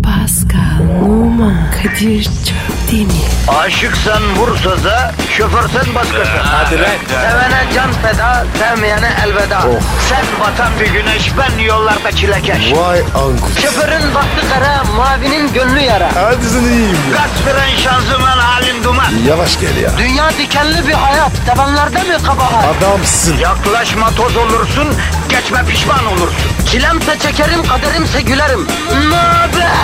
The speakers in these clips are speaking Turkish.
Pascal, Oman, Kadir çok değil mi? Aşıksan vursa da şoförsen başkasın. Hadi lan. Sevene can feda, sevmeyene elveda. Sen batan bir güneş, ben yollarda çilekeş. Vay anku. Şoförün baktı kara, mavinin gönlü yara. Hadi sen iyiyim ya. Kasperen şanzıman halin duman. Yavaş gel ya. Dünya dikenli bir hayat, sevenlerde mi kabahar? Adamsın. Yaklaşma toz olursun, geçme pişman olursun. Çilemse çekerim, kaderimse gülerim. Möber!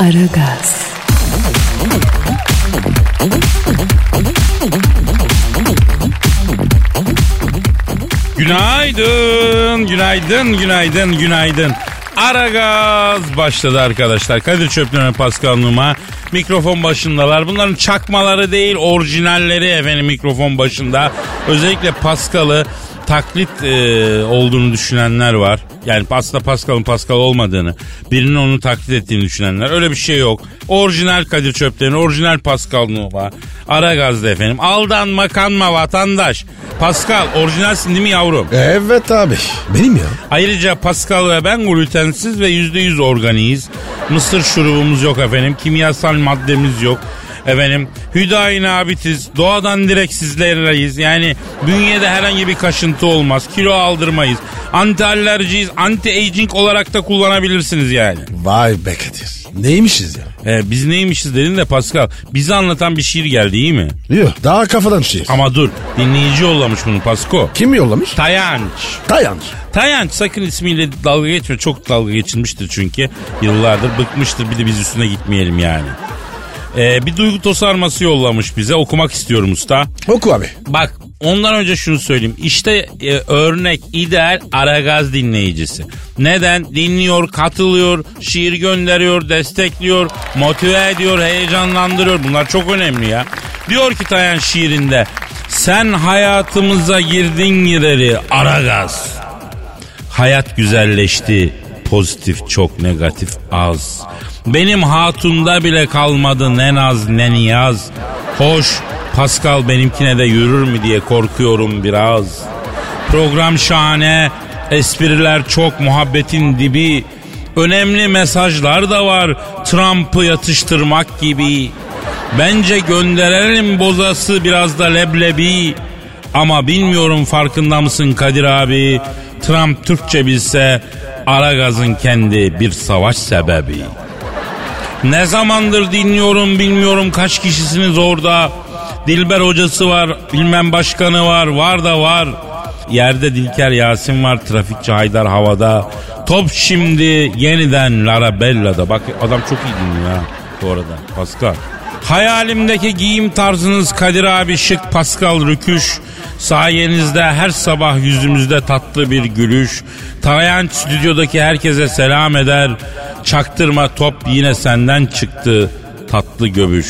Aragaz, Günaydın, günaydın, günaydın, günaydın. Ara gaz başladı arkadaşlar. Kadir Çöplü'ne Pascal Numa mikrofon başındalar. Bunların çakmaları değil orijinalleri efendim mikrofon başında. Özellikle Pascal'ı taklit e, olduğunu düşünenler var. Yani aslında Pascal'ın Pascal olmadığını, birinin onu taklit ettiğini düşünenler. Öyle bir şey yok. Orijinal Kadir Çöpleri, orijinal Pascal Numa. Ara gazda efendim. Aldanma kanma vatandaş. Pascal orijinalsin değil mi yavrum? Evet abi. Benim ya. Ayrıca Pascal ve ben glutensiz ve %100 organiyiz. Mısır şurubumuz yok efendim. Kimyasal maddemiz yok. Efendim Hüdayi nabitiz, doğadan direkt sizlerleyiz. Yani bünyede herhangi bir kaşıntı olmaz. Kilo aldırmayız. Anti alerjiyiz. Anti aging olarak da kullanabilirsiniz yani. Vay be Kadir. Neymişiz ya? Ee, biz neymişiz dedin de Pascal. Bizi anlatan bir şiir geldi iyi mi? Yok. Daha kafadan şiir. Ama dur dinleyici yollamış bunu Pasko. Kim yollamış? Tayanç. Dayan. Tayanç sakın ismiyle dalga geçme. Çok dalga geçilmiştir çünkü. Yıllardır bıkmıştır. Bir de biz üstüne gitmeyelim yani. Ee, bir duygu tosarması yollamış bize. Okumak istiyorum usta. Oku abi. Bak ondan önce şunu söyleyeyim. İşte e, örnek ideal Aragaz dinleyicisi. Neden? Dinliyor, katılıyor, şiir gönderiyor, destekliyor, motive ediyor, heyecanlandırıyor. Bunlar çok önemli ya. Diyor ki Tayan şiirinde sen hayatımıza girdin gireri Aragaz. Hayat güzelleşti. Pozitif çok negatif az. Benim hatunda bile kalmadı ne naz ne niyaz. Hoş Pascal benimkine de yürür mü diye korkuyorum biraz. Program şahane, espriler çok muhabbetin dibi. Önemli mesajlar da var Trump'ı yatıştırmak gibi. Bence gönderelim bozası biraz da leblebi. Ama bilmiyorum farkında mısın Kadir abi? Trump Türkçe bilse Aragaz'ın kendi bir savaş sebebi. Ne zamandır dinliyorum bilmiyorum kaç kişisiniz orada. Dilber hocası var, bilmem başkanı var, var da var. Yerde Dilker Yasin var, trafikçi Haydar havada. Top şimdi yeniden Lara Bella'da. Bak adam çok iyi dinliyor ha bu arada Pascal. Hayalimdeki giyim tarzınız Kadir abi şık Pascal Rüküş. Sayenizde her sabah yüzümüzde tatlı bir gülüş. Tayan stüdyodaki herkese selam eder. Çaktırma top yine senden çıktı tatlı göbüş.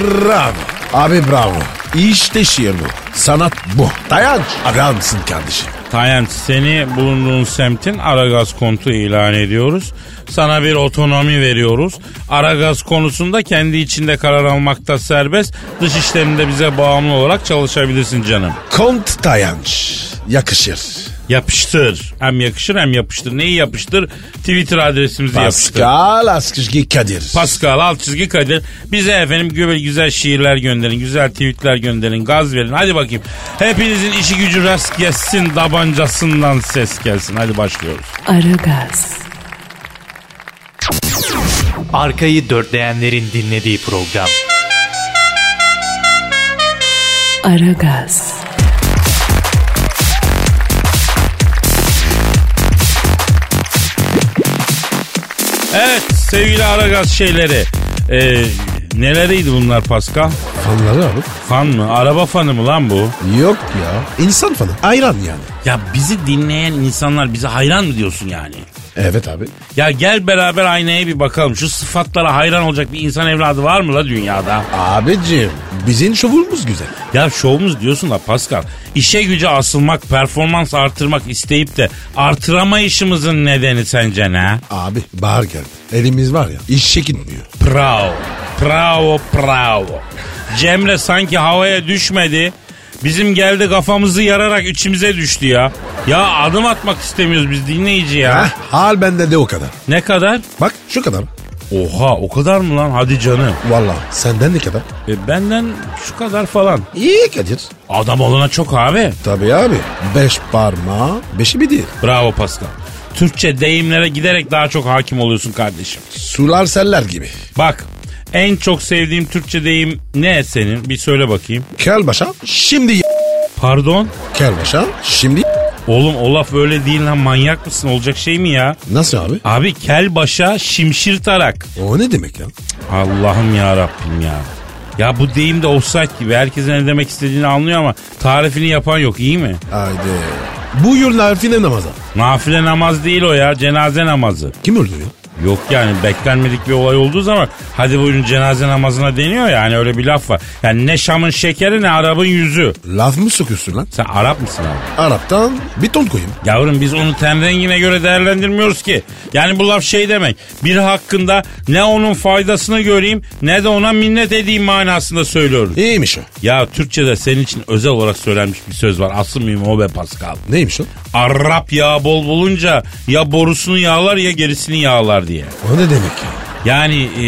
Bravo. Abi bravo. İşte şiir bu. Sanat bu. Dayan. Adamsın kardeşim. Tayan seni bulunduğun semtin Aragaz kontu ilan ediyoruz. Sana bir otonomi veriyoruz. Aragaz konusunda kendi içinde karar almakta serbest. Dış işlerinde bize bağımlı olarak çalışabilirsin canım. Kont dayanç. Yakışır. Yapıştır. Hem yakışır hem yapıştır. Neyi yapıştır? Twitter adresimizi yapıştır. Pascal Askışki Kadir. Pascal alt çizgi Kadir. Bize efendim böyle güzel şiirler gönderin. Güzel tweetler gönderin. Gaz verin. Hadi bakayım. Hepinizin işi gücü rast gelsin. Dabancasından ses gelsin. Hadi başlıyoruz. Aragaz, Arkayı dörtleyenlerin dinlediği program. Aragaz, Evet sevgili Aragaz şeyleri. Ee, neleriydi bunlar Pascal? Fanları abi. Fan mı? Araba fanı mı lan bu? Yok ya. İnsan fanı. Ayran yani. Ya bizi dinleyen insanlar bize hayran mı diyorsun yani? Evet abi. Ya gel beraber aynaya bir bakalım. Şu sıfatlara hayran olacak bir insan evladı var mı la dünyada? Abicim bizim şovumuz güzel. Ya şovumuz diyorsun da Pascal. İşe güce asılmak, performans artırmak isteyip de artıramayışımızın nedeni sence ne? Abi bahar geldi. Elimiz var ya işe gitmiyor. Bravo. Bravo, bravo. Cemre sanki havaya düşmedi. Bizim geldi kafamızı yararak içimize düştü ya. Ya adım atmak istemiyoruz biz dinleyici ya. Heh, hal bende de o kadar. Ne kadar? Bak şu kadar. Oha o kadar mı lan hadi canım. Vallahi senden ne kadar? E, benden şu kadar falan. İyi Kadir. Adam olana çok abi. Tabii abi. Beş parmağı beşi bir değil. Bravo Pascal. Türkçe deyimlere giderek daha çok hakim oluyorsun kardeşim. Sular seller gibi. Bak en çok sevdiğim Türkçe deyim ne senin? Bir söyle bakayım. Kel başa şimdi y- Pardon? Kel başa şimdi y- Oğlum o laf öyle değil lan manyak mısın? Olacak şey mi ya? Nasıl abi? Abi kel başa şimşir tarak. O ne demek ya? Allah'ım ya Rabbim ya. Ya bu deyim de offside gibi. Herkesin ne demek istediğini anlıyor ama tarifini yapan yok iyi mi? Haydi. Buyur narfine namaza. Nafile namaz değil o ya cenaze namazı. Kim öldürüyor? Yok yani beklenmedik bir olay olduğu zaman hadi buyurun cenaze namazına deniyor ya hani öyle bir laf var. Yani ne Şam'ın şekeri ne Arap'ın yüzü. Laf mı sokuyorsun lan? Sen Arap mısın abi? Arap'tan bir ton koyayım. Yavrum biz onu ten rengine göre değerlendirmiyoruz ki. Yani bu laf şey demek. Bir hakkında ne onun faydasını göreyim ne de ona minnet edeyim manasında söylüyorum. İyiymiş o. Ya Türkçe'de senin için özel olarak söylenmiş bir söz var. Asıl mühim o be Pascal. Neymiş o? Arap yağı bol bulunca ya borusunu yağlar ya gerisini yağlar diye. O ne demek ya? Yani e,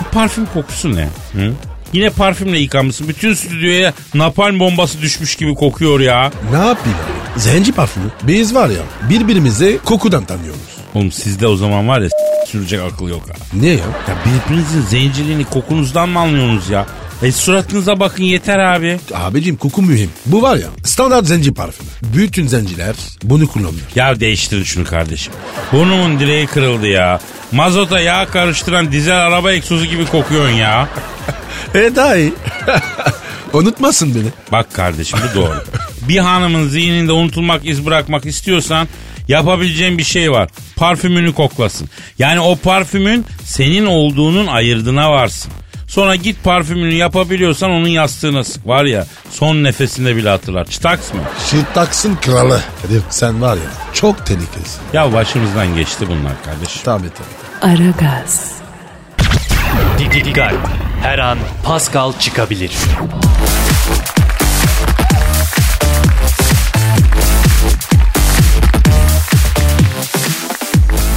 bu parfüm kokusu ne? Hı? Yine parfümle yıkanmışsın. Bütün stüdyoya napalm bombası düşmüş gibi kokuyor ya. Ne yapayım abi? Zenci parfümü. Biz var ya birbirimizi kokudan tanıyoruz. Oğlum sizde o zaman var ya s- sürecek akıl yok ha. Niye ya? Ya birbirinizin zenciliğini kokunuzdan mı anlıyorsunuz ya? E suratınıza bakın yeter abi. Abicim koku mühim. Bu var ya standart zenci parfümü. Bütün zenciler bunu kullanıyor. Ya değiştirin şunu kardeşim. Burnumun direği kırıldı ya. Mazota yağ karıştıran dizel araba egzozu gibi kokuyorsun ya. E daha iyi. Unutmasın beni. Bak kardeşim bu doğru. bir hanımın zihninde unutulmak iz bırakmak istiyorsan yapabileceğin bir şey var. Parfümünü koklasın. Yani o parfümün senin olduğunun ayırdına varsın. Sonra git parfümünü yapabiliyorsan onun yastığına sık. Var ya son nefesinde bile hatırlar. Çıtaks mı? Şırtaksın kralı. Kadir sen var ya çok tehlikelisin. Ya başımızdan geçti bunlar kardeşim. Tabii tabii. Aragaz, Didi Digal. Her an Pascal çıkabilir.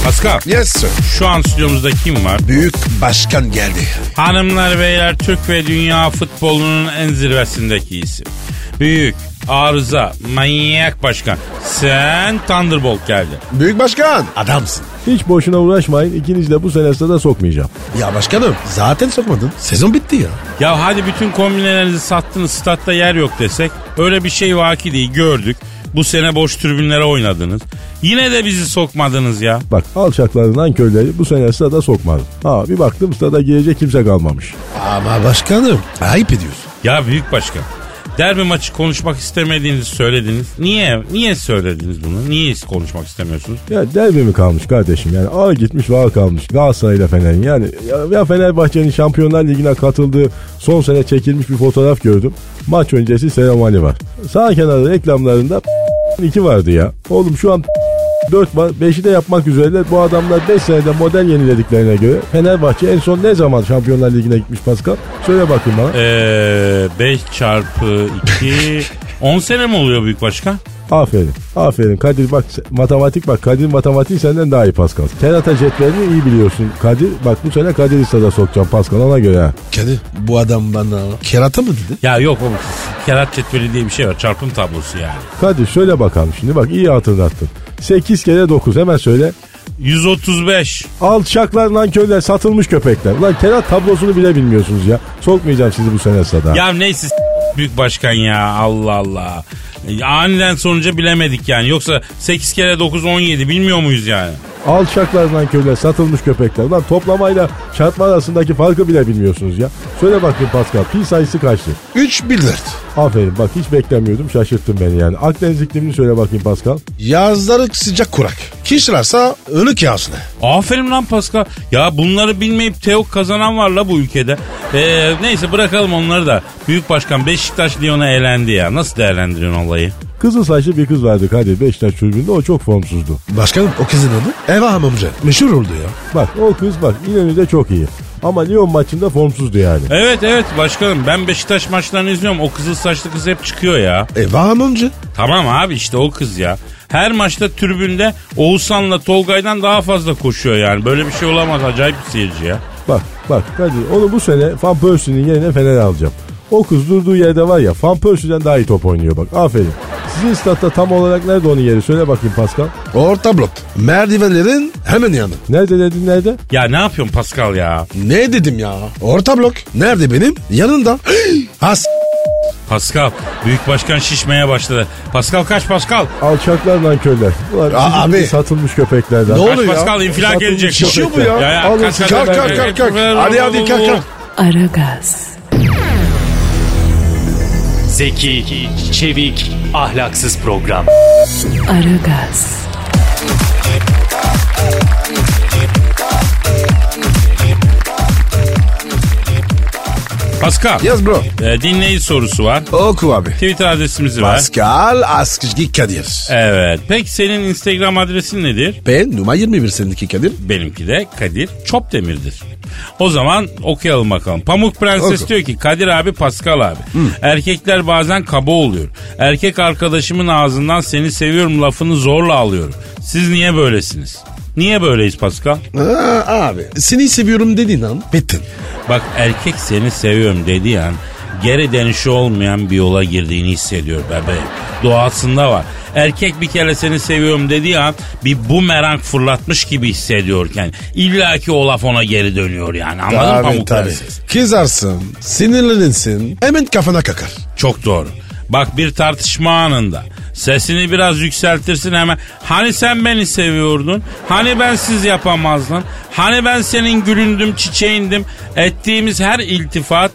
Pascal Yes sir. şu an stüdyomuzda kim var? Büyük başkan geldi. Hanımlar beyler Türk ve dünya futbolunun en zirvesindeki isim. Büyük, arıza, manyak başkan. Sen Thunderbolt geldi. Büyük başkan. Adamsın. Hiç boşuna uğraşmayın. İkinizi de bu senesinde de sokmayacağım. Ya başkanım zaten sokmadın. Sezon bitti ya. Ya hadi bütün kombinelerinizi sattınız statta yer yok desek. Öyle bir şey vaki değil gördük. Bu sene boş tribünlere oynadınız. Yine de bizi sokmadınız ya. Bak alçaklarından köyleri bu sene stada sokmadım. Ha bir baktım stada girecek kimse kalmamış. Ama başkanım ayıp ediyorsun. Ya büyük başkan. Derbi maçı konuşmak istemediğinizi söylediniz. Niye? Niye söylediniz bunu? Niye konuşmak istemiyorsunuz? Ya derbi mi kalmış kardeşim? Yani A gitmiş ve A kalmış. Galatasaray ile Fener'in. Yani ya, ya Fenerbahçe'nin Şampiyonlar Ligi'ne katıldığı son sene çekilmiş bir fotoğraf gördüm. Maç öncesi Selam Ali var. Sağ kenarda reklamlarında iki vardı ya. Oğlum şu an 4 var. 5'i de yapmak üzereler. Bu adamlar 5 senede model yenilediklerine göre Fenerbahçe en son ne zaman Şampiyonlar Ligi'ne gitmiş Pascal? Söyle bakayım bana. Ee, 5 çarpı 2 10 sene mi oluyor büyük başkan? Aferin. Aferin. Kadir bak matematik bak. Kadir matematik senden daha iyi Pascal. Terata cetvelini iyi biliyorsun. Kadir bak bu sene Kadir'i sada sokacağım Pascal ona göre. ha. Kadir bu adam bana kerata mı dedi? Ya yok oğlum kerat cetveli diye bir şey var çarpım tablosu yani. Kadir şöyle bakalım şimdi bak iyi hatırlattın. 8 kere 9 hemen söyle. 135. Alçaklar lan köyler satılmış köpekler. Lan kerat tablosunu bile bilmiyorsunuz ya. Sokmayacağım sizi bu sene sada. Ya neyse s- büyük başkan ya Allah Allah. E, Aniden sonuca bilemedik yani. Yoksa 8 kere 9 17 bilmiyor muyuz yani? Alçaklar lan köyler satılmış köpekler. Lan toplamayla çarpma arasındaki farkı bile bilmiyorsunuz ya. Söyle bakayım Pascal pi sayısı kaçtı? 3 bildirt. Aferin bak hiç beklemiyordum şaşırttın beni yani. Akdeniz iklimini söyle bakayım Pascal. Yazları sıcak kurak. Kişilerse ölük yağsın. Aferin lan Pascal. Ya bunları bilmeyip teok kazanan var la bu ülkede. Ee, neyse bırakalım onları da. Büyük başkan Beşiktaş Lyon'a elendi ya. Nasıl değerlendiriyorsun olayı? Kızıl saçlı bir kız vardı Kadir Beşiktaş tribünde o çok formsuzdu. Başkanım o kızın adı Eva Hamamcı. Meşhur oldu ya. Bak o kız bak İnönü'de çok iyi. Ama Lyon maçında formsuzdu yani. Evet evet başkanım ben Beşiktaş maçlarını izliyorum. O kızıl saçlı kız hep çıkıyor ya. E bağımlıncı. Tamam abi işte o kız ya. Her maçta tribünde Oğuzhan'la Tolgay'dan daha fazla koşuyor yani. Böyle bir şey olamaz acayip bir seyirci ya. Bak bak Kadir onu bu sene Van Persie'nin yerine Fener'e alacağım. O kız durduğu yerde var ya Van Persie'den daha iyi top oynuyor bak aferin. Sizin statta tam olarak nerede onun yeri söyle bakayım Pascal. Orta blok. Merdivenlerin hemen yanı. Nerede dedin nerede? Ya ne yapıyorsun Pascal ya? Ne dedim ya? Orta blok. Nerede benim? Yanında. Has. Pascal büyük başkan şişmeye başladı. Pascal kaç Pascal? Alçaklar nankörler. Ulan Aa, sizin abi. gibi satılmış köpeklerden. Ne Kaç oluyor ya? şey Pascal infilak Satılmış gelecek. şişiyor bu ya. Alın, kaç, kaç, Kalk kaç, kalk kalk kalk. kaç. Hadi hadi kalk kalk. Aragaz, Zeki, çevik, ahlaksız program. Aragaz, Pascal Yaz bro. e, dinleyici sorusu var. Oku abi. Twitter adresimizi ver. Pascal Askışki Kadir. Evet. Peki senin Instagram adresin nedir? Ben numara 21 seninki Kadir. Benimki de Kadir Çopdemir'dir. O zaman okuyalım bakalım. Pamuk Prenses Oku. diyor ki Kadir abi Pascal abi. Erkekler bazen kaba oluyor. Erkek arkadaşımın ağzından seni seviyorum lafını zorla alıyorum. Siz niye böylesiniz? Niye böyleyiz Pascal? Aa, abi seni seviyorum dedin lan. Bittin. Bak erkek seni seviyorum dediği an geri dönüşü olmayan bir yola girdiğini hissediyor bebeğim. Doğasında var. Erkek bir kere seni seviyorum dediği an bir bumerang fırlatmış gibi hissediyor kendini. İlla ki o laf ona geri dönüyor yani. Anladın mı Pamuk Prenses? Kızarsın, sinirlenirsin, hemen kafana kakar. Çok doğru. Bak bir tartışma anında sesini biraz yükseltirsin hemen. Hani sen beni seviyordun? Hani ben siz yapamazdın? Hani ben senin gülündüm, çiçeğindim? Ettiğimiz her iltifat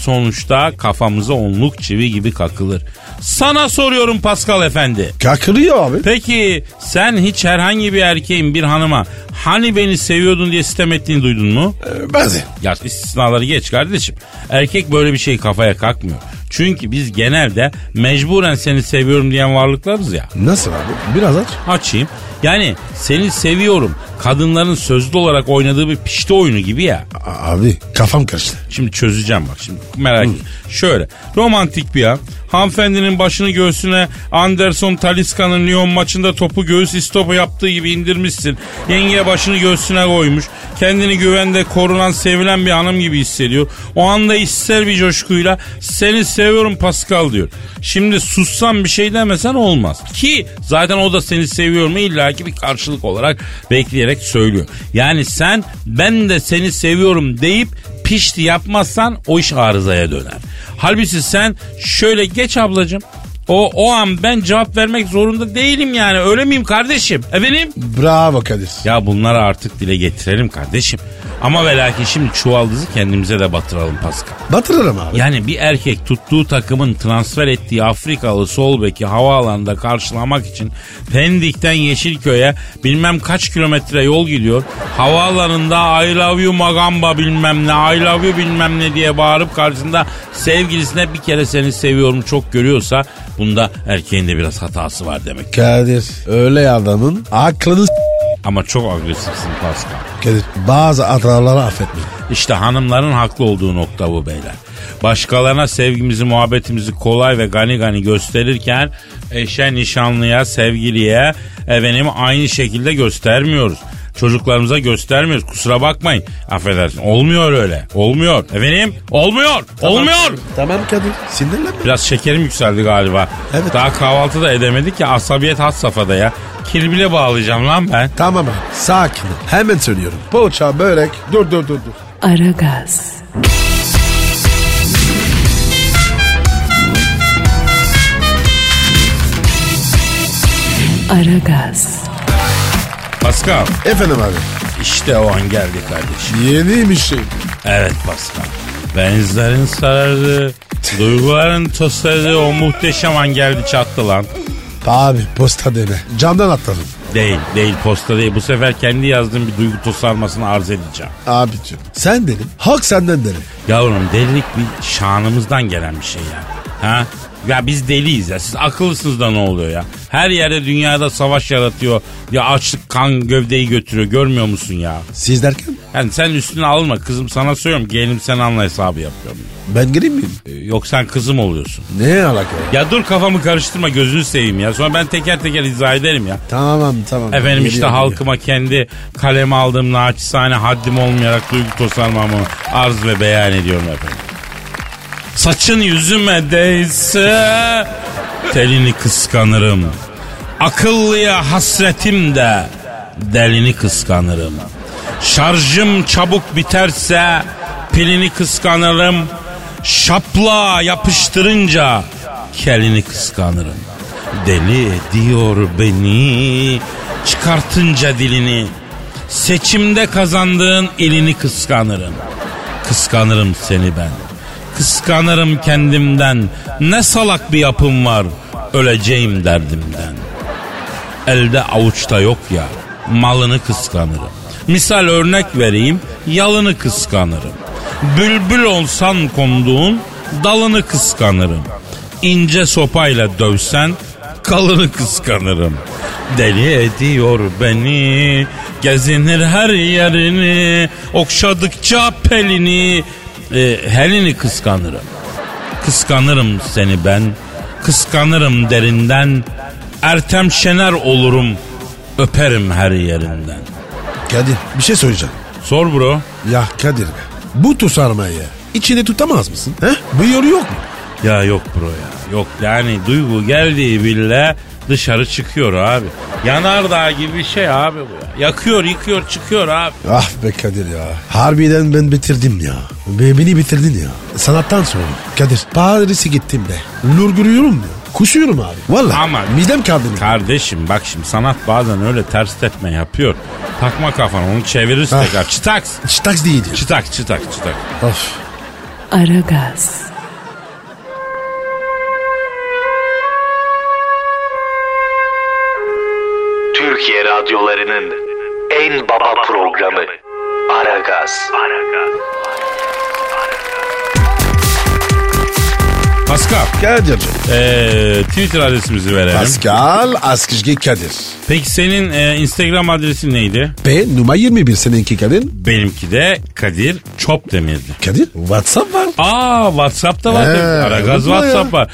sonuçta kafamıza onluk çivi gibi kakılır. Sana soruyorum Pascal efendi. Kakırıyor abi. Peki sen hiç herhangi bir erkeğin bir hanıma hani beni seviyordun diye sitem ettiğini duydun mu? Ee, Bazı. Ya istisnaları geç kardeşim. Erkek böyle bir şey kafaya kalkmıyor. Çünkü biz genelde mecburen seni seviyorum diyen varlıklarız ya. Nasıl abi? Biraz aç. Açayım. Yani seni seviyorum. Kadınların sözlü olarak oynadığı bir pişti oyunu gibi ya. A- Abi kafam karıştı. Şimdi çözeceğim bak şimdi merak etme. Şöyle romantik bir an. Hanımefendinin başını göğsüne Anderson Taliska'nın Lyon maçında topu göğüs istopu yaptığı gibi indirmişsin. Yenge başını göğsüne koymuş. Kendini güvende korunan sevilen bir hanım gibi hissediyor. O anda ister bir coşkuyla seni seviyorum Pascal diyor. Şimdi sussan bir şey demesen olmaz. Ki zaten o da seni seviyorum illaki bir karşılık olarak bekleyerek söylüyor. Yani sen ben de seni seviyorum deyip pişti yapmazsan o iş arızaya döner. Halbuki sen şöyle geç ablacığım. O, o an ben cevap vermek zorunda değilim yani. Öyle miyim kardeşim? Efendim? Bravo Kadir. Ya bunları artık dile getirelim kardeşim. Ama ve lakin şimdi çuvaldızı kendimize de batıralım Pascal. Batırırım abi. Yani bir erkek tuttuğu takımın transfer ettiği Afrikalı sol beki havaalanında karşılamak için Pendik'ten Yeşilköy'e bilmem kaç kilometre yol gidiyor. Havaalanında I love you Magamba bilmem ne, I love you bilmem ne diye bağırıp karşısında sevgilisine bir kere seni seviyorum çok görüyorsa bunda erkeğin de biraz hatası var demek. Kadir öyle adamın aklını s- Ama çok agresifsin Pascal. Kadir bazı hataları affetme. İşte hanımların haklı olduğu nokta bu beyler. Başkalarına sevgimizi, muhabbetimizi kolay ve gani gani gösterirken eşe, nişanlıya, sevgiliye efendim aynı şekilde göstermiyoruz. Çocuklarımıza göstermiyoruz. Kusura bakmayın. Affedersin. Olmuyor öyle. Olmuyor. Efendim? Olmuyor. Olmuyor. Tamam Kadir sinirlenme. Biraz şekerim yükseldi galiba. Evet. Daha kahvaltı da edemedik ya. Asabiyet had safhada ya. Kirbile bağlayacağım lan ben. Tamam abi sakin ol. Hemen söylüyorum. Poğaça, börek dur dur dur dur. Aragaz, Aragaz, Pascal. Efendim abi. işte o an geldi kardeşim. Yeni bir şey. Evet Pascal. Benizlerin sarardı. Duyguların tosladı. O muhteşem an geldi çattı lan. Abi posta deme. Camdan atladım. Değil değil posta değil. Bu sefer kendi yazdığım bir duygu tosarmasını arz edeceğim. Abicim sen dedim. Halk senden dedim. Yavrum delilik bir şanımızdan gelen bir şey yani. Ha? Ya biz deliyiz ya. Siz akıllısınız da ne oluyor ya? Her yerde dünyada savaş yaratıyor. Ya açlık kan gövdeyi götürüyor. Görmüyor musun ya? Siz derken Yani sen üstüne alma kızım sana söylüyorum. Gelim sen anla hesabı yapıyorum. ben gireyim miyim? Ee, Yok sen kızım oluyorsun. Ne alaka? ya? Ya dur kafamı karıştırma gözünü seveyim ya. Sonra ben teker teker izah ederim ya. Tamam tamam. Efendim işte Geliyorum, halkıma kendi kaleme aldığım naçizane haddim olmayarak duygu tosarmamı arz ve beyan ediyorum efendim. Saçın yüzüme değse telini kıskanırım. Akıllıya hasretim de delini kıskanırım. Şarjım çabuk biterse pilini kıskanırım. Şapla yapıştırınca kelini kıskanırım. Deli ediyor beni çıkartınca dilini. Seçimde kazandığın elini kıskanırım. Kıskanırım seni ben. Kıskanırım kendimden. Ne salak bir yapım var. Öleceğim derdimden. Elde avuçta yok ya. Malını kıskanırım. Misal örnek vereyim. Yalını kıskanırım. Bülbül olsan konduğun dalını kıskanırım. İnce sopayla dövsen kalını kıskanırım. Deli ediyor beni, gezinir her yerini, okşadıkça pelini, e, helini kıskanırım. Kıskanırım seni ben, kıskanırım derinden, Ertem Şener olurum, öperim her yerinden. Kadir bir şey söyleyeceğim. Sor bro. Ya Kadir be. Bu tosarmayı içine tutamaz mısın? He? Bir yolu yok mu? Ya yok bro ya. Yok yani duygu geldiği bile dışarı çıkıyor abi. Yanardağ gibi bir şey abi bu ya. Yakıyor yıkıyor çıkıyor abi. Ah be Kadir ya. Harbiden ben bitirdim ya. Be- Beni bitirdin ya. Sanattan sonra. Kadir Paris'e gittim be. Lurguruyorum ya. Kusuyorum abi. Valla. Ama- Midem kaldırmıyor. Kardeşim bak şimdi sanat bazen öyle ters tepme yapıyor. Takma kafana onu çevirirsin Ah. tekrar. Çıtaks. Hiç taksi değil ya. Çıtak çıtak çıtak. Of. Aragaz, Türkiye radyolarının en baba programı Aragaz. Pascal Kadir. ee, Twitter adresimizi verelim. Pascal Askışki Kadir. Peki senin ee, Instagram adresin neydi? P numara 21 seninki Kadir. Benimki de Kadir Çopdemir'di. Kadir WhatsApp var. Aa WhatsApp'ta var. He, tabii. Aragaz unutma ya. WhatsApp var.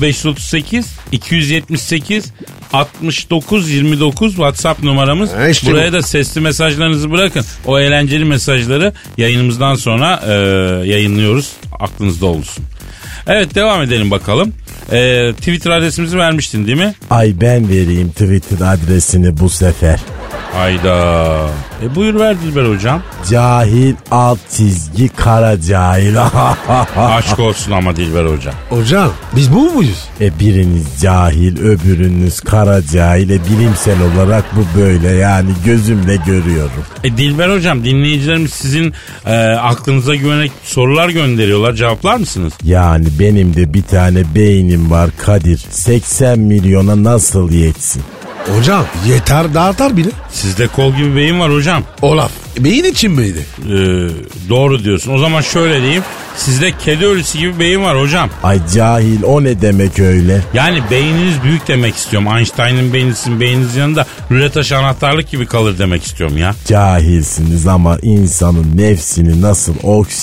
0538 278 69 29 WhatsApp numaramız. Ha, işte Buraya bu. da sesli mesajlarınızı bırakın. O eğlenceli mesajları yayınımızdan sonra e, yayınlıyoruz. Aklınızda olsun. Evet devam edelim bakalım. E, Twitter adresimizi vermiştin değil mi? Ay ben vereyim Twitter adresini bu sefer. Hayda. E, buyur ver Dilber hocam. Cahil alt çizgi kara cahil. Aşk olsun ama Dilber hocam. Hocam biz bu muyuz? e biriniz cahil öbürünüz kara cahil. E bilimsel olarak bu böyle yani gözümle görüyorum. E, Dilber hocam dinleyicilerimiz sizin e, aklınıza güvenerek sorular gönderiyorlar. Cevaplar mısınız? Yani benim de bir tane beynim var Kadir. 80 milyona nasıl yetsin? Hocam yeter dağıtar bile. Sizde kol gibi beyin var hocam. Olaf. Beyin için miydi? E, doğru diyorsun. O zaman şöyle diyeyim. Sizde kedi ölüsü gibi beyin var hocam. Ay cahil o ne demek öyle? Yani beyniniz büyük demek istiyorum. Einstein'ın beyni sizin beyniniz yanında rüle taşı anahtarlık gibi kalır demek istiyorum ya. Cahilsiniz ama insanın nefsini nasıl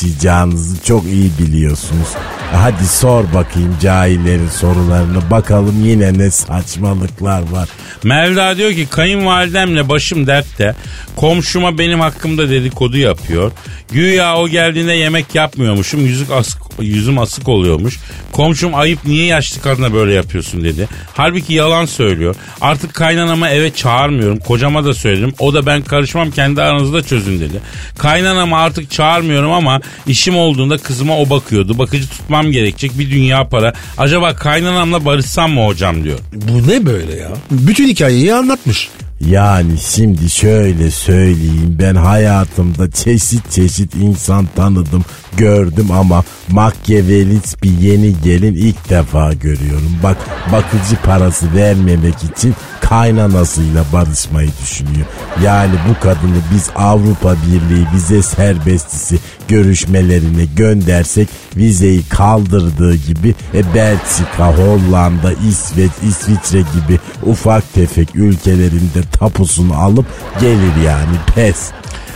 okşayacağınızı çok iyi biliyorsunuz. Hadi sor bakayım cahillerin sorularını bakalım yine ne saçmalıklar var. Melda diyor ki kayınvalidemle başım dertte. Komşuma benim hakkımda dedikodu yapıyor. Güya o geldiğinde yemek yapmıyormuşum. Yüzük asık, yüzüm asık oluyormuş. Komşum ayıp niye yaşlı kadına böyle yapıyorsun dedi. Halbuki yalan söylüyor. Artık kaynanama eve çağırmıyorum. Kocama da söyledim. O da ben karışmam kendi aranızda çözün dedi. Kaynanama artık çağırmıyorum ama işim olduğunda kızıma o bakıyordu. Bakıcı tutmam gerekecek bir dünya para. Acaba kaynanamla barışsam mı hocam diyor. Bu ne böyle ya? Bütün hikayeyi anlatmış. Yani şimdi şöyle söyleyeyim ben hayatımda çeşit çeşit insan tanıdım. gördüm ama Machiavellist bir yeni gelin ilk defa görüyorum. Bak bakıcı parası vermemek için kaynanasıyla barışmayı düşünüyor. Yani bu kadını biz Avrupa Birliği bize serbestisi görüşmelerine göndersek vizeyi kaldırdığı gibi e, Belçika, Hollanda, İsveç, İsviçre gibi ufak tefek ülkelerinde tapusunu alıp gelir yani pes.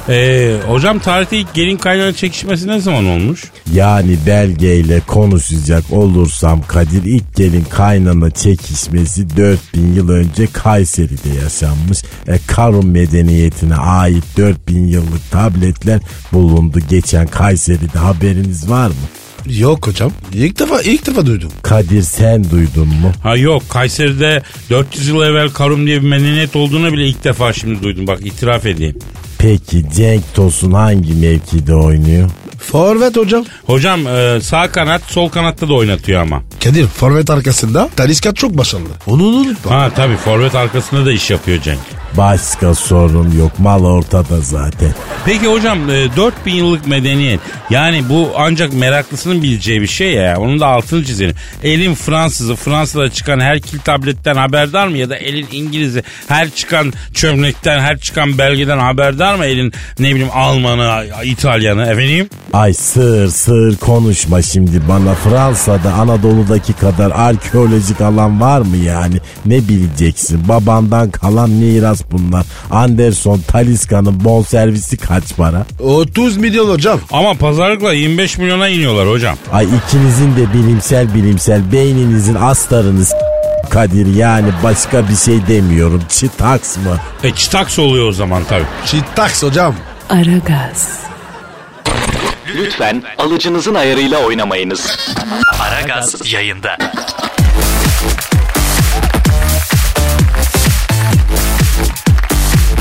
Ee, hocam tarihte ilk gelin kaynana çekişmesi ne zaman olmuş? Yani belgeyle konuşacak olursam Kadir ilk gelin kaynana çekişmesi 4000 yıl önce Kayseri'de yaşanmış. E, Karun medeniyetine ait 4000 yıllık tabletler bulundu geçen Kayseri'de haberiniz var mı? Yok hocam. İlk defa ilk defa duydum. Kadir sen duydun mu? Ha yok Kayseri'de 400 yıl evvel Karum diye bir medeniyet olduğunu bile ilk defa şimdi duydum bak itiraf edeyim. Peki Cenk Tosun hangi mevkide oynuyor? Forvet hocam. Hocam e, sağ kanat sol kanatta da oynatıyor ama. Kadir forvet arkasında Talisca çok başarılı. Onu unutma. Ha tabii forvet arkasında da iş yapıyor Cenk. Başka sorun yok mal ortada zaten. Peki hocam e, 4000 yıllık medeniyet yani bu ancak meraklısının bileceği bir şey ya onun da altını çizelim. Elin Fransızı Fransa'da çıkan her kil tabletten haberdar mı ya da elin İngiliz'i her çıkan çömlekten her çıkan belgeden haberdar mı elin ne bileyim Almanı İtalyanı efendim? Ay sır sır konuşma şimdi bana Fransa'da Anadolu'daki kadar arkeolojik alan var mı yani? Ne bileceksin? Babandan kalan miras bunlar. Anderson Taliska'nın bonservisi kaç para? 30 milyon hocam. Ama pazarlıkla 25 milyona iniyorlar hocam. Ay ikinizin de bilimsel bilimsel beyninizin astarınız Kadir yani başka bir şey demiyorum. Çıtaks mı? E çıtaks oluyor o zaman tabii. Çitaks hocam. Aragaz, Lütfen alıcınızın ayarıyla oynamayınız. Aragaz yayında.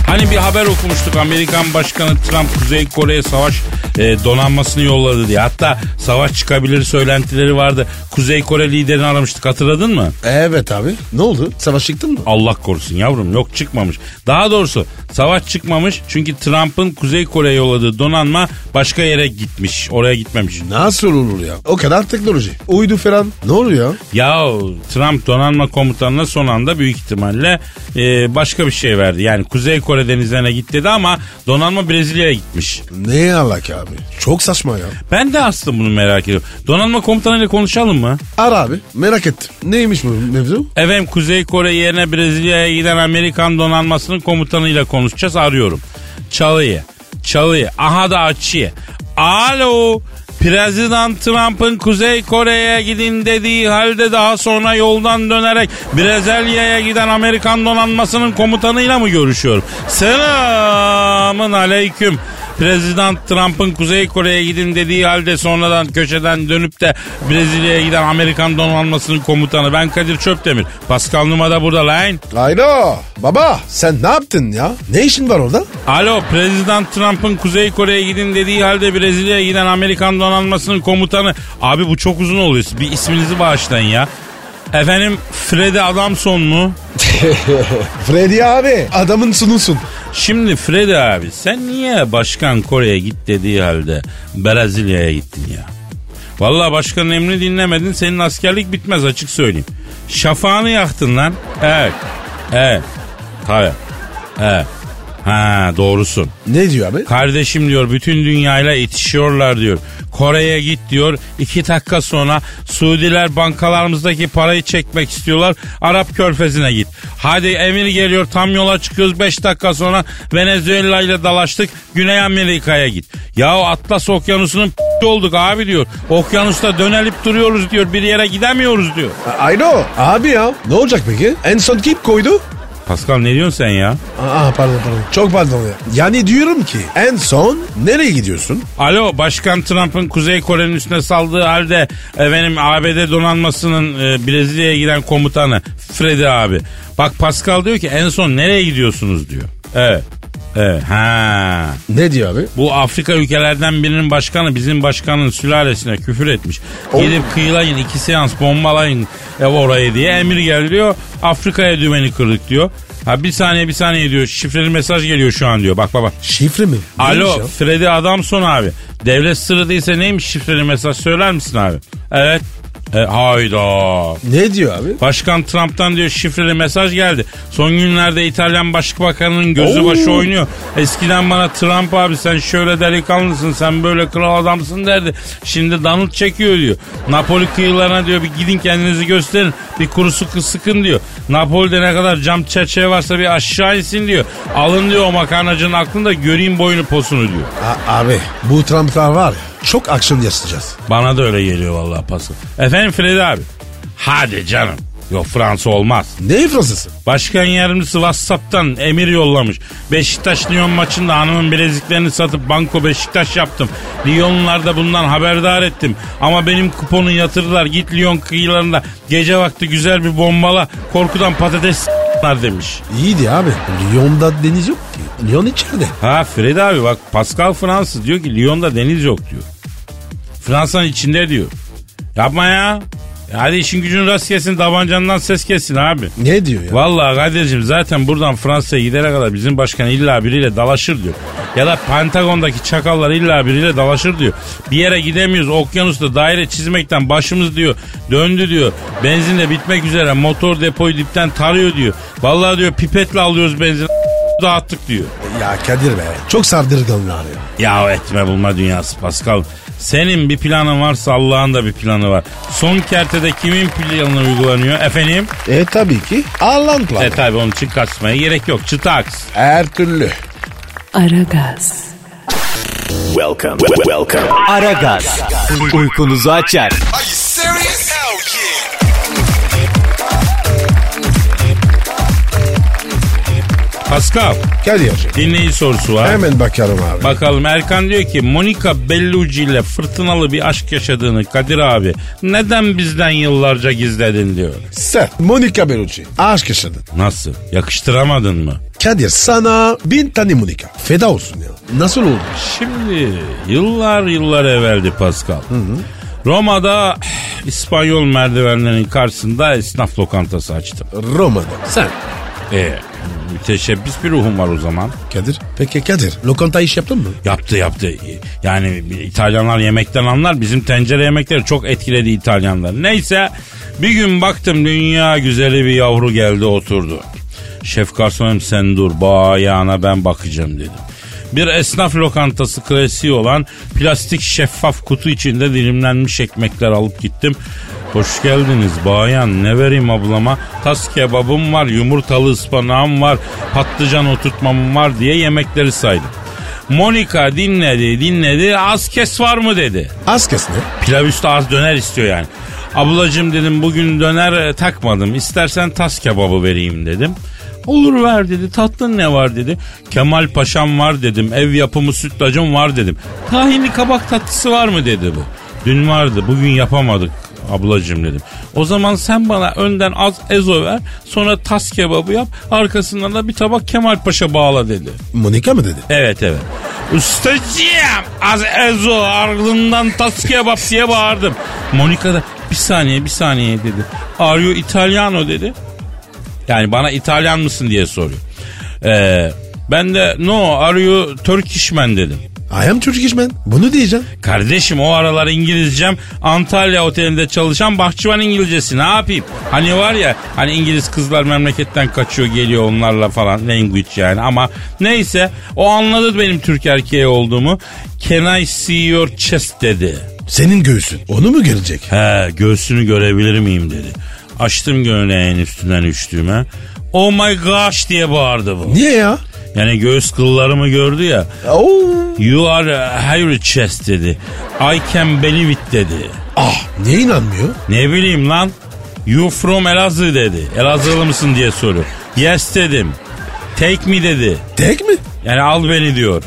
Hani bir haber okumuştuk Amerikan Başkanı Trump Kuzey Kore'ye savaş e, donanmasını yolladı diye. Hatta savaş çıkabilir söylentileri vardı. Kuzey Kore liderini aramıştık hatırladın mı? Evet abi. Ne oldu? Savaş çıktın mı? Allah korusun yavrum yok çıkmamış. Daha doğrusu savaş çıkmamış çünkü Trump'ın Kuzey Kore'ye yolladığı donanma başka yere gitmiş. Oraya gitmemiş. Nasıl olur ya? O kadar teknoloji. Uydu falan. Ne oluyor? Ya Trump donanma komutanına son anda büyük ihtimalle e, başka bir şey verdi. Yani Kuzey Kore denizlerine git dedi ama donanma Brezilya'ya gitmiş. Ne alak abi? Çok saçma ya. Ben de aslında bunu merak ediyorum. Donanma komutanıyla konuşalım mı? Ara abi. Merak ettim. Neymiş bu mevzu? Efendim Kuzey Kore yerine Brezilya'ya giden Amerikan donanmasının komutanıyla konuşacağız. Arıyorum. Çalıyı. Çalıyı. Aha da açıyı. Alo. Prezident Trump'ın Kuzey Kore'ye gidin dediği halde daha sonra yoldan dönerek Brezilya'ya giden Amerikan donanmasının komutanıyla mı görüşüyorum? Selamın aleyküm. Prezident Trump'ın Kuzey Kore'ye gidin dediği halde sonradan köşeden dönüp de Brezilya'ya giden Amerikan donanmasının komutanı. Ben Kadir Çöptemir. Pascal Numa da burada lan. Alo. Baba sen ne yaptın ya? Ne işin var orada? Alo Prezident Trump'ın Kuzey Kore'ye gidin dediği halde Brezilya'ya giden Amerikan donanmasının komutanı. Abi bu çok uzun oluyor. Bir isminizi bağışlayın ya. Efendim Freddy Adamson mu? Freddy abi. Adamın sunusun. Şimdi Freddy abi sen niye başkan Kore'ye git dediği halde Brezilya'ya gittin ya? Vallahi başkanın emrini dinlemedin senin askerlik bitmez açık söyleyeyim. Şafağını yaktın lan. Evet. Evet. Tabii. Evet. Ha doğrusun. Ne diyor abi? Kardeşim diyor bütün dünyayla itişiyorlar diyor. Kore'ye git diyor. İki dakika sonra Suudiler bankalarımızdaki parayı çekmek istiyorlar. Arap körfezine git. Hadi emir geliyor tam yola çıkıyoruz. Beş dakika sonra Venezuela ile dalaştık. Güney Amerika'ya git. Yahu Atlas Okyanusu'nun olduk abi diyor. Okyanusta dönelip duruyoruz diyor. Bir yere gidemiyoruz diyor. Alo. Abi ya. Ne olacak peki? En son kim koydu? Pascal ne diyorsun sen ya? Aa pardon pardon. Çok pardon ya. Yani diyorum ki en son nereye gidiyorsun? Alo Başkan Trump'ın Kuzey Kore'nin üstüne saldığı halde efendim ABD donanmasının e, Brezilya'ya giden komutanı Freddy abi. Bak Pascal diyor ki en son nereye gidiyorsunuz diyor. Evet. Evet. Ha. Ne diyor abi? Bu Afrika ülkelerden birinin başkanı bizim başkanın sülalesine küfür etmiş. Gidip kıyılayın iki seans bombalayın ev orayı diye emir geliyor. Afrika'ya dümeni kırdık diyor. Ha bir saniye bir saniye diyor. Şifreli mesaj geliyor şu an diyor. Bak bak bak. Şifre mi? Neymiş Alo ya? Freddy Adamson abi. Devlet sırrı değilse neymiş şifreli mesaj söyler misin abi? Evet. E, hayda. Ne diyor abi? Başkan Trump'tan diyor şifreli mesaj geldi. Son günlerde İtalyan Başbakanı'nın gözü başı oynuyor. Eskiden bana Trump abi sen şöyle delikanlısın sen böyle kral adamsın derdi. Şimdi Donald çekiyor diyor. Napoli kıyılarına diyor bir gidin kendinizi gösterin. Bir kurusu kı- sıkın diyor. Napoli'de ne kadar cam çerçeve varsa bir aşağı insin diyor. Alın diyor o makarnacının aklında göreyim boyunu posunu diyor. A- abi bu Trump'lar var ya çok aksiyon yaşayacağız. Bana da öyle geliyor vallahi pası. Efendim Freddy abi. Hadi canım. Yok Fransa olmaz. Ne Fransızı? Başkan yardımcısı WhatsApp'tan emir yollamış. Beşiktaş Lyon maçında hanımın bileziklerini satıp banko Beşiktaş yaptım. Lyonlular da bundan haberdar ettim. Ama benim kuponu yatırdılar. Git Lyon kıyılarında gece vakti güzel bir bombala korkudan patates s**lar demiş. İyiydi abi. Lyon'da deniz yok ki. Lyon içeride. Ha Fred abi bak Pascal Fransız diyor ki Lyon'da deniz yok diyor. Fransa'nın içinde diyor. Yapma ya. Hadi işin gücün rast kesin tabancandan ses kesin abi. Ne diyor ya? Vallahi Kadir'cim zaten buradan Fransa'ya gidene kadar bizim başkan illa biriyle dalaşır diyor. Ya da Pentagon'daki çakallar illa biriyle dalaşır diyor. Bir yere gidemiyoruz. Okyanusta daire çizmekten başımız diyor döndü diyor. Benzin de bitmek üzere motor depoyu dipten tarıyor diyor. Vallahi diyor pipetle alıyoruz benzin dağıttık diyor. ya Kadir be. Çok sardırganlar ya. Ya etme bulma dünyası Pascal. Senin bir planın varsa Allah'ın da bir planı var. Son kertede kimin planı uygulanıyor efendim? E tabii ki. Allah'ın planı. E tabi onun için kaçmaya gerek yok. Çıta aksın. Her türlü. Aragaz, Welcome. Welcome. Aragaz. Uykunuzu açar. Pascal Kadir. dinleyici sorusu var. Hemen bakarım abi. Bakalım Erkan diyor ki Monica Bellucci ile fırtınalı bir aşk yaşadığını Kadir abi neden bizden yıllarca gizledin diyor. Sen Monica Bellucci. Aşk yaşadın. Nasıl? Yakıştıramadın mı? Kadir sana bin tane Monica. Feda olsun ya. Nasıl oldu? Şimdi yıllar yıllar evveldi Pascal. Roma'da İspanyol merdivenlerinin karşısında esnaf lokantası açtım. Roma'da. Sen. E, müteşebbis bir ruhum var o zaman. Kadir. Peki Kadir. Lokanta iş yaptın mı? Yaptı yaptı. Yani İtalyanlar yemekten anlar. Bizim tencere yemekleri çok etkiledi İtalyanlar. Neyse bir gün baktım dünya güzeli bir yavru geldi oturdu. Şef garsonum sen dur bayağına ben bakacağım dedim. Bir esnaf lokantası klasiği olan plastik şeffaf kutu içinde dilimlenmiş ekmekler alıp gittim. Hoş geldiniz bayan ne vereyim ablama? Tas kebabım var, yumurtalı ıspanağım var, patlıcan oturtmam var diye yemekleri saydım. Monika dinledi dinledi az kes var mı dedi. Az kes ne? Pilav üstü az döner istiyor yani. Ablacım dedim bugün döner e, takmadım istersen tas kebabı vereyim dedim. Olur ver dedi tatlın ne var dedi. Kemal Paşam var dedim ev yapımı sütlacım var dedim. Tahinli kabak tatlısı var mı dedi bu. Dün vardı bugün yapamadık ablacım dedim. O zaman sen bana önden az ezo ver sonra tas kebabı yap arkasından da bir tabak Kemal Paşa bağla dedi. Monica mı dedi? Evet evet. Ustacığım az ezo ardından tas kebap diye bağırdım. Monika da bir saniye bir saniye dedi. Are you Italiano dedi. Yani bana İtalyan mısın diye soruyor. Ee, ben de no are you Turkishman dedim. I am Turkish man. Bunu diyeceğim. Kardeşim o aralar İngilizcem Antalya otelinde çalışan bahçıvan İngilizcesi ne yapayım? Hani var ya hani İngiliz kızlar memleketten kaçıyor geliyor onlarla falan language yani ama neyse o anladı benim Türk erkeği olduğumu. Can I see your chest dedi. Senin göğsün. Onu mu görecek? He göğsünü görebilir miyim dedi. Açtım göğneğin üstünden üçlüğüme. Oh my gosh diye bağırdı bu. Niye ya? Yani göğüs kıllarımı gördü ya. Oo. You are a hairy chest dedi. I can believe it dedi. Ah niye inanmıyor? Ne bileyim lan. You from Elazığ dedi. Elazığlı mısın diye soruyor. Yes dedim. Take me dedi. Tek mi? Yani al beni diyor.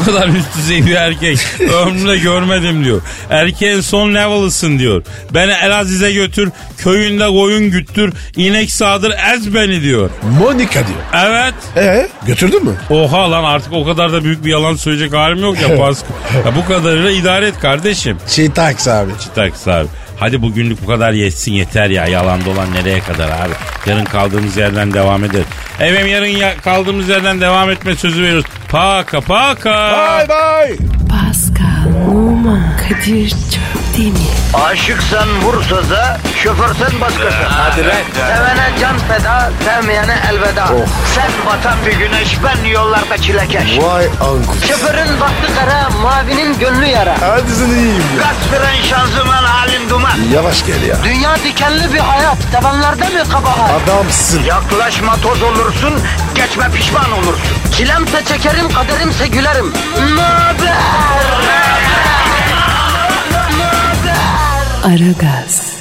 Bu kadar üst düzey bir erkek ömrümde görmedim diyor. Erkeğin son level'ısın diyor. Beni Elaziz'e götür, köyünde koyun güttür, inek sağdır ez beni diyor. Monica diyor. Evet. Ee götürdün mü? Oha lan artık o kadar da büyük bir yalan söyleyecek halim yok ya Pascal. Ya bu kadarıyla idare et kardeşim. Şey taksi abi. Taksi abi. Hadi bugünlük bu kadar yetsin yeter ya. Yalan dolan nereye kadar abi? Yarın kaldığımız yerden devam ederiz. Efendim yarın ya- kaldığımız yerden devam etme sözü veriyoruz. Paka paka. bay. Pascal, Oman, Kadir çok değil mi? Aşıksan vursa da, şoförsen başkasın. Hadi lan. Sevene can feda, sevmeyene elveda. Oh. Sen batan bir güneş, ben yollarda çilekeş. Vay anku. Şoförün baktı kara, mavinin gönlü yara. Hadi sen iyiyim ya. Kasperen şanzıman halin duman. Yavaş gel ya. Dünya dikenli bir hayat, sevenlerde mi kabahar? Adamsın. Yaklaşma toz olursun, geçme pişman olursun. Çilemse çekerim, kaderimse gülerim. Möber! Aragaz.